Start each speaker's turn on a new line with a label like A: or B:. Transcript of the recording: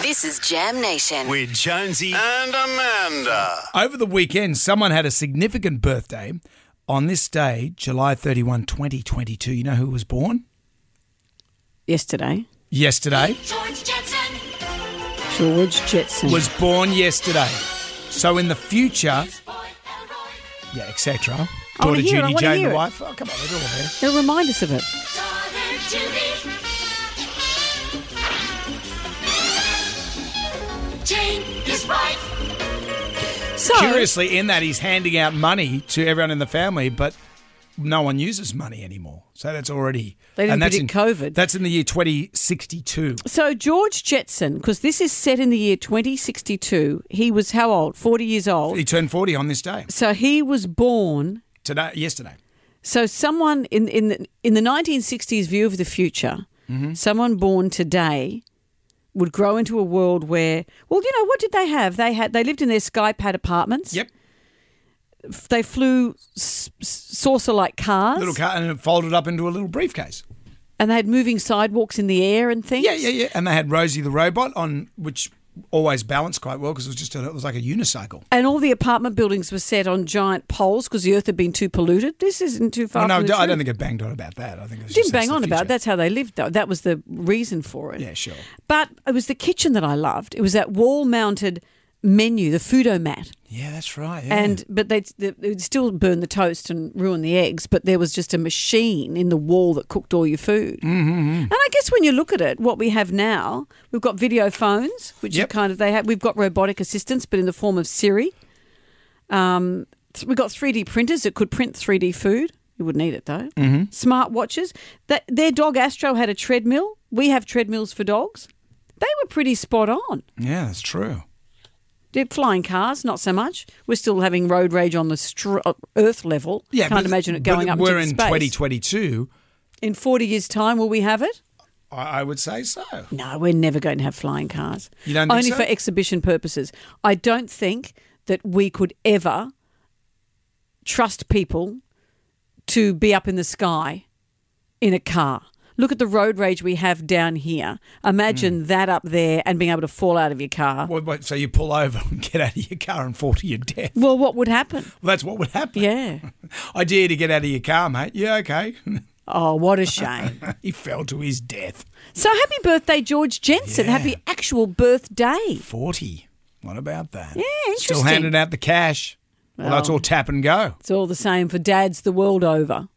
A: This is Jam Nation.
B: with Jonesy.
C: and Amanda.
D: Over the weekend, someone had a significant birthday. On this day, July 31, 2022, you know who was born?
E: yesterday.
D: Yesterday.
E: George Jetson.
D: Was born yesterday. So in the future, yeah, etc.
E: I wanna
D: Daughter
E: hear it, I
D: Judy
E: wanna
D: Jane,
E: hear
D: the
E: it.
D: wife. Oh, come on, they're all there.
E: It'll remind us of it.
F: Jane is right.
E: So,
D: Curiously, in that he's handing out money to everyone in the family, but no one uses money anymore. So that's already
E: They didn't
D: and that's
E: predict
D: in,
E: COVID.
D: That's in the year 2062.
E: so George Jetson, because this is set in the year 2062, he was how old? 40 years old.
D: He turned 40 on this day
E: So he was born.
D: today, yesterday.
E: So someone in in the, in the 1960s view of the future,
D: Mm-hmm.
E: someone born today would grow into a world where, well, you know, what did they have? They had they lived in their sky pad apartments.
D: Yep,
E: They flew s- s- saucer-like cars.
D: little car and it folded up into a little briefcase.
E: And they had moving sidewalks in the air and things.
D: Yeah, yeah, yeah. And they had Rosie the robot on, which always balanced quite well because it was just a, it was like a unicycle.
E: And all the apartment buildings were set on giant poles because the earth had been too polluted. This isn't too far.
D: Well, no, I
E: from the
D: don't
E: truth.
D: think it banged on about that. I think it was
E: Didn't
D: just,
E: bang
D: that's
E: on
D: the
E: about. it.
D: future.
E: That's how they lived, though. That was the reason for it.
D: Yeah, sure.
E: But it was the kitchen that I loved. It was that wall-mounted menu, the fudomat,
D: Yeah, that's right. yeah.
E: and but they would still burn the toast and ruin the eggs. But there was just a machine in the wall that cooked all your food.
D: Mm,
E: Mm-hmm. And I guess when you look at it, what we have now, we've got video phones, which
D: Yep.
E: are kind of they have. We've got robotic assistants, but in the form of Siri. Um, th- we've got 3D printers that could print 3D food. You wouldn't eat it though. Mm-hmm. Smart watches. That their dog Astro had a treadmill. We have treadmills for dogs. They were pretty spot on.
D: yeah, that's true.
E: Did flying cars, not so much. We're still having road rage on the str- uh, Earth level.
D: Yeah,
E: can't
D: but-
E: imagine it
D: but
E: going up
D: We're
E: into
D: in
E: space.
D: 2022.
E: In 40 years' time, will we have it?
D: I, I would say so.
E: No, we're never going to have flying cars.
D: You don't think
E: only
D: so?
E: for exhibition purposes. I don't think that we could ever trust people to be up in the sky in a car. Look at the road rage we have down here.
D: Hmm.
E: Imagine that up there and being able to fall out of your car.
D: Wait, wait, so you pull over and get out of your car and fall to your death.
E: Well, what would happen?
D: Well, that's what would happen.
E: Yeah.
D: Idea to get out of your car, mate. Yeah, okay.
E: Oh, what a shame.
D: he fell to his death.
E: So happy birthday, George Jensen.
D: Yeah.
E: Happy actual birthday.
D: 40. What about that?
E: Yeah, interesting.
D: Still handing out the cash. Well, that's
E: Well.
D: all tap and go.
E: It's all the same for dads the world over.